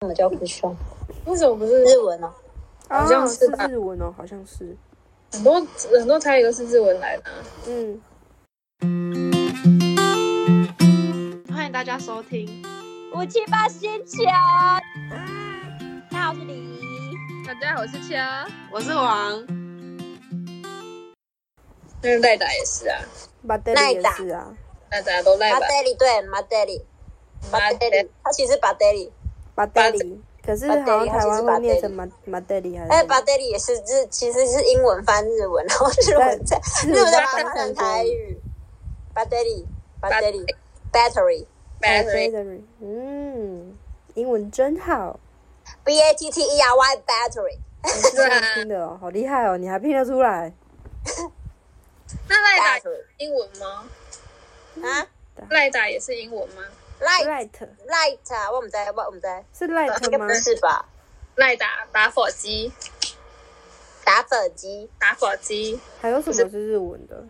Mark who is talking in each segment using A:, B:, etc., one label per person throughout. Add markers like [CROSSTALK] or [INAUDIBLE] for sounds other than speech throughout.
A: 什么叫不凶？
B: 为什么不是
A: 日文哦，
B: 好像
C: 啊
B: 是
C: 是
B: 吧
C: 日文哦，好像是。
B: 很多很多台语都是日文来的啊、
C: 嗯，
D: 欢迎大家收听。
A: 五七八仙桥。大家好，我是李怡。
B: 大家好，我是掐。
D: 我是王，
B: 那个赖打也是啊，
C: 马德
A: 那一
C: 里也
A: 打
C: 是啊。
B: 大家都赖
A: 马
B: 吧。
A: 德里对，马德里，马德里，他其实是巴德里，
C: 马德里，可是好像台湾会念成马马德里还是？
A: 哎，巴德里也是日，其实是英文翻日文，然后日 [LAUGHS] 文在
C: 日
A: 日
C: 文
A: 文再
C: 再
A: 把它翻成台语。巴德里，巴德里，battery，b
C: a
B: Battery，
C: battery，嗯，英文真好，
A: a t t e r y，battery，
C: 是
B: 啊
C: 这样拼的哦，好厉害哦，你还拼得出来？
B: 那赖打
A: Battery
B: 英文吗？
A: 啊
B: 赖打也是英文吗？
A: ，light
C: Light
A: light 啊，我们在，我们在，
C: 是
A: 应
C: light
A: 该
C: 吗
A: 不？是吧？
B: 赖打打火机，
A: 打火机，
B: 打火机，
C: 还有什么是日文的？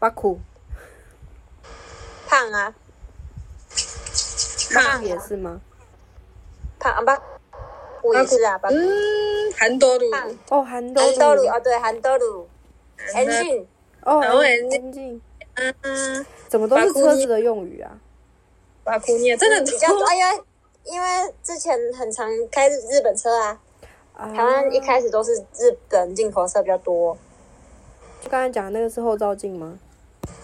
C: 巴库
A: 胖啊，
B: 哈，
C: 也是吗？
A: 胖啊吧，我也是啊，吧。
B: 嗯，韩多鲁，
A: 棒
C: 哦，韩
A: 韩
C: 豆
A: 多
C: 乳
A: 鲁哦，对，韩多鲁
B: 韩
A: e
B: 德
A: n
C: 哦，
B: 然后
C: 安
B: 也是
C: 安静，
B: 嗯，
C: 怎么都是车子的用语啊？
B: 巴库涅真的很
A: 比较多，
B: 嗯多
A: 啊因为因为之前很常开日本车啊，
C: 啊
A: 台湾一开始都是日本进口车比较多。
C: 就刚才讲的那个是后照镜吗？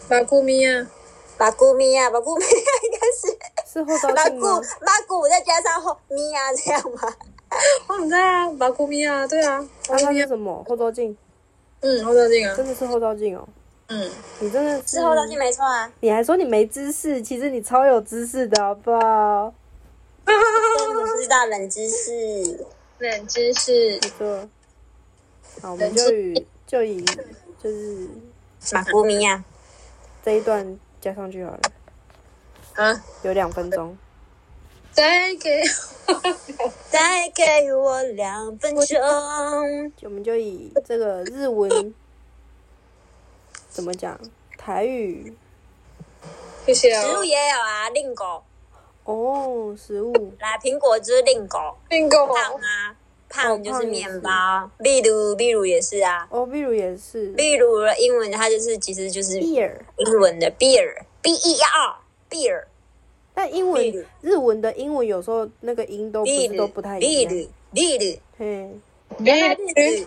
B: 巴库米亚，
A: 马古米亚，马古米亚啊应该是
C: 是后照
A: 马
C: 镜吗
A: 古？马古再加上后米亚这样吗？
B: 我们在啊，巴库米亚，对啊，巴
C: 啊，
B: 库
C: 它
B: 米
C: 是
B: 亚，
C: 什么后照镜？
B: 嗯，后照镜啊，
C: 真的是后照镜哦！
B: [LAUGHS] 嗯，
C: 你真的
A: 是后头就没错啊，
C: 你还说你没知识，其实你超有知识的，好不好？
A: 但你不知道冷知识。
B: 冷知识，
C: 没错。好，我们就以就以就是
A: 马古米啊亚，
C: 这一段加上去好了，
B: 啊，
C: 有两分钟。
B: 再给， [LAUGHS]
A: 再给我两分钟。
C: 我们就以这个日文怎么讲台语
B: 谢谢啊，
A: 食物也有啊，令狗，
C: 哦，食物
A: 来苹果汁令狗。
B: 订购
A: 胖
C: 哦
A: 啊，胖就是面包，例如例如也是啊，
C: 哦，比如也是
A: 例如英文它就是其实就是英
C: beer，
A: 文的 beer b e r beer
C: 但英文
A: beer
C: 日文的英文有时候那个音都不哦是
A: beer
C: 都不太一样。嗯
A: beer beer
C: 嘿，
B: 日
A: beer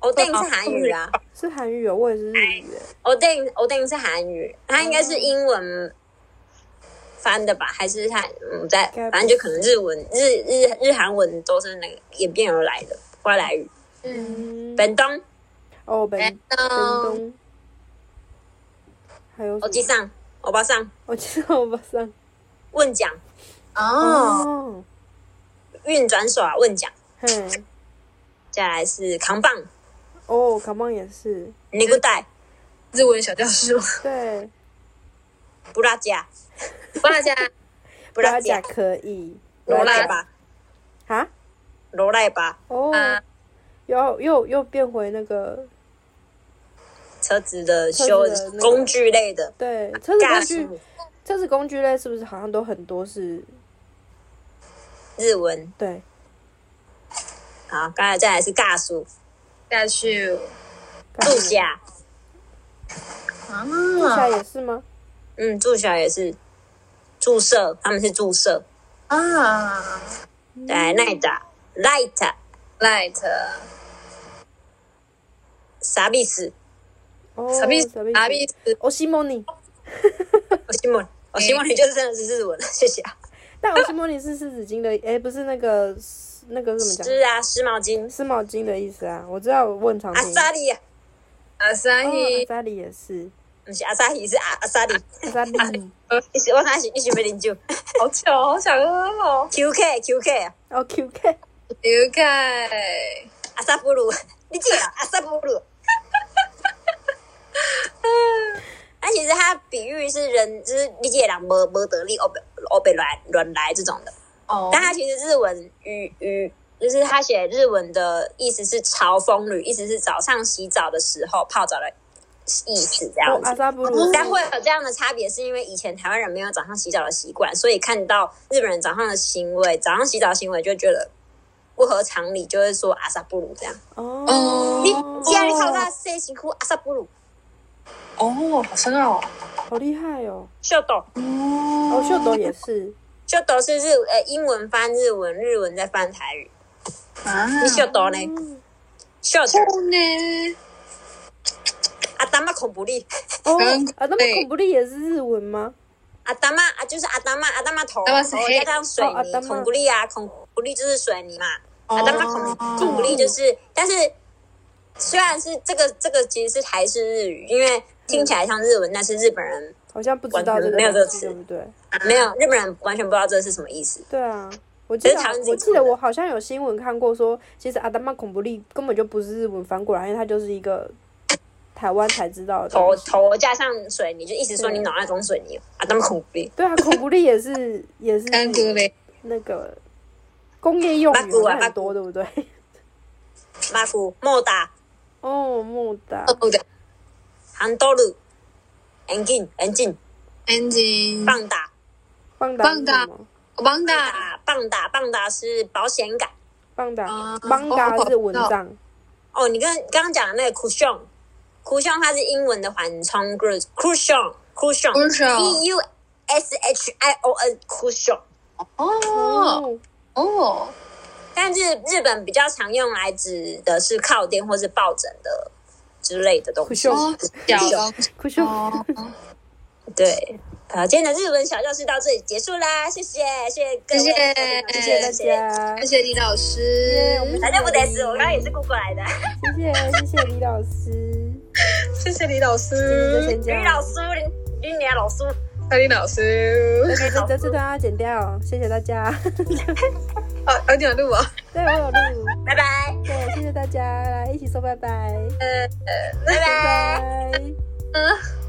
C: 哦
A: ？oden 是韩语啊
C: 是韩语哦，我也是日语耶。
B: 哎
A: ，oden oden 是韩语，它应该
C: 哦
A: 是英文翻的吧？还是它嗯在
C: 该不是
A: 反正就可能日文、日日日韩文都是那个演变而来的外来语。
B: 嗯，
C: 嗯，
A: 本东
C: 哦，本本
B: 嗯，
C: 东，还有
A: 欧吉
C: 什么？
A: 上、欧巴上、
C: 我记得我巴上
A: 问讲、
B: 哦，
C: 哦，
A: 运转手啊、问讲，
C: 嘿，
A: 再来是扛棒、
C: 哦，卡邦也是，
A: 尼古带、
B: 日文小教室，
C: 对，
A: 布拉加、
B: 大家
A: 布
C: 拉
A: 拉
C: 甲
A: 加、
C: 可以，
A: 罗
B: 拉
A: 赖
B: 甲
A: 吧、
C: 啊，
A: 罗赖吧、
C: 哦，
B: 啊
C: 又又又变回那个，
A: 车子的
C: 车
A: 修
C: 子的那个
A: 工具类的。
C: 对，车子工
A: 什
C: 具
A: 么，
C: 车子工具类是不是好像都很多是？
A: 日文
C: 对，
A: 好，刚才再来是尬数、
B: 下去
A: 住下，
B: 啊，
C: 住下也是吗？
A: 嗯，住下也是注射，他们是注射。
B: 啊
C: 嗯
A: 对，奈达、light、
B: ，light，哦
A: 傻逼死、
C: 哦，
B: 傻逼，傻
C: 傻
B: 逼
C: 逼，，我西蒙尼，
A: 我希望，
C: 哎
A: 我希哦望你就是真的是日文了，谢谢啊。
C: 但哦我西蒙尼是湿纸巾的，哎，不是那个那个怎么讲？
A: 湿啊，湿毛巾
C: 湿毛巾的意思啊，我知道，我问常
A: 阿
C: 听。
A: 萨里，啊
B: 阿萨伊，
C: 沙里也是，
A: 不是阿萨里，是阿阿萨里。
C: 沙里
A: 你是我哪是你是要啉酒
B: 好巧，好想喝哦
A: 啊？QK QK，
C: 哦哦，QK，
B: ，UK，
A: 阿萨布鲁，你记得阿萨布鲁。 [LAUGHS] 那啊其实它比喻是人，就是理解人没没得力，欧北欧北乱乱来这种的。
B: 哦
A: 但它其实日文语语就是他写日文的意思是朝风吕，意思是早上洗澡的时候泡澡的意思啊这样
C: 哦
A: 子。
C: 阿萨布鲁，
A: 但会有这样的差别，是因为以前台湾人没有早上洗澡的习惯，所以看到日本人早上的行为，早上洗澡的行为就觉得不合常理，就会说阿萨布鲁这样。
C: 哦，
A: 你既然你靠他谁辛苦阿萨布鲁
B: 哦，好深奥哦。
C: 好厉害哦！
A: 秀斗，
C: 哦，
B: 哦
C: 秀斗也是，
A: 秀斗是日呃英文翻日文，日文再翻台语。
B: 啊，
A: 你秀斗呢？秀斗
B: 后呢？
A: 阿达玛恐怖力，
C: 哦
B: 嗯，
C: 啊，那么
B: 对
C: 恐怖力也是日文吗？
A: 阿达玛啊就是阿达玛阿达玛头，
B: 达玛是
A: 头
B: 黑
A: 加上水
C: 哦阿达
A: 泥，
C: 玛
A: 恐怖力啊，恐怖力就是水泥嘛。
B: 哦
A: 啊，但它恐恐怖力就是，但是虽然是这个这个其实是台式日语，因为听起来像日文，但是日本人
C: 好像不知道
A: 完
C: 这个
A: 全没有这个
C: 东西
A: 词
C: 对不对？
B: 嗯
A: 没有，日本人完全不知道这是什么意思。
C: 对啊，我记得
A: 可是台湾自己
C: 我记得
A: 做的
C: 我好像有新闻看过说，其实阿达玛恐怖力根本就不是日文翻过来，因为它就是一个台湾才知道的
A: 头
C: 东西。
A: 头加上水泥，就意思说你
C: 对
A: 脑袋装水泥啊，他们恐怖力。
C: 对啊，恐怖力也是也是
B: 韩国嘞，
C: 那个工业用
A: 八
C: 语
A: 股啊
C: 好像
A: 八
C: 很
A: 股
C: 多，对不对？ [LAUGHS]
A: 马古莫达
C: 哦，莫达
B: 哦的
A: 韩多鲁眼镜眼镜
B: engine
A: 棒打
C: 棒达
B: 棒
C: 是
B: 打
C: 什么？
B: 棒打
A: 打棒打棒打是保险杆
C: 棒
B: 啊
C: 达棒达是蚊帐，
A: 哦。你跟刚刚讲的那个 cushion cushion 它是英文的缓冲 group cushion cushion
B: 不是
A: E U S H I O N cushion，
B: 哦
C: 哦，
B: 哦
A: 但日日本比较常用来指的是靠垫或是抱枕的之类的东
C: 酷
A: 西。
C: 秀
B: 哦，小东西
C: 酷秀，
B: 哦，
A: 对，好，今天的日文小教室到这里结束啦，谢谢，谢谢各位，
B: 谢谢
A: 谢
C: 谢谢大
A: 谢谢。
C: 家
B: 谢，谢李老师
C: 耶我，们
A: 反正不得死，我刚刚也是 Google 来的。
C: 谢谢谢谢李老师，
B: 谢谢李老
C: 今天就
B: 师，
C: 先这
A: 吕老
C: 样，
A: 师，吕吕老师，
B: 蔡李老师，
C: 这这这次都要剪掉，谢谢大家， [LAUGHS]
B: 啊，有点录啊。
C: 对我有录。
A: 拜拜，
C: 对，
B: 呃
C: 谢谢大家，来一起说拜拜，
A: 拜拜。
C: 拜。
B: 嗯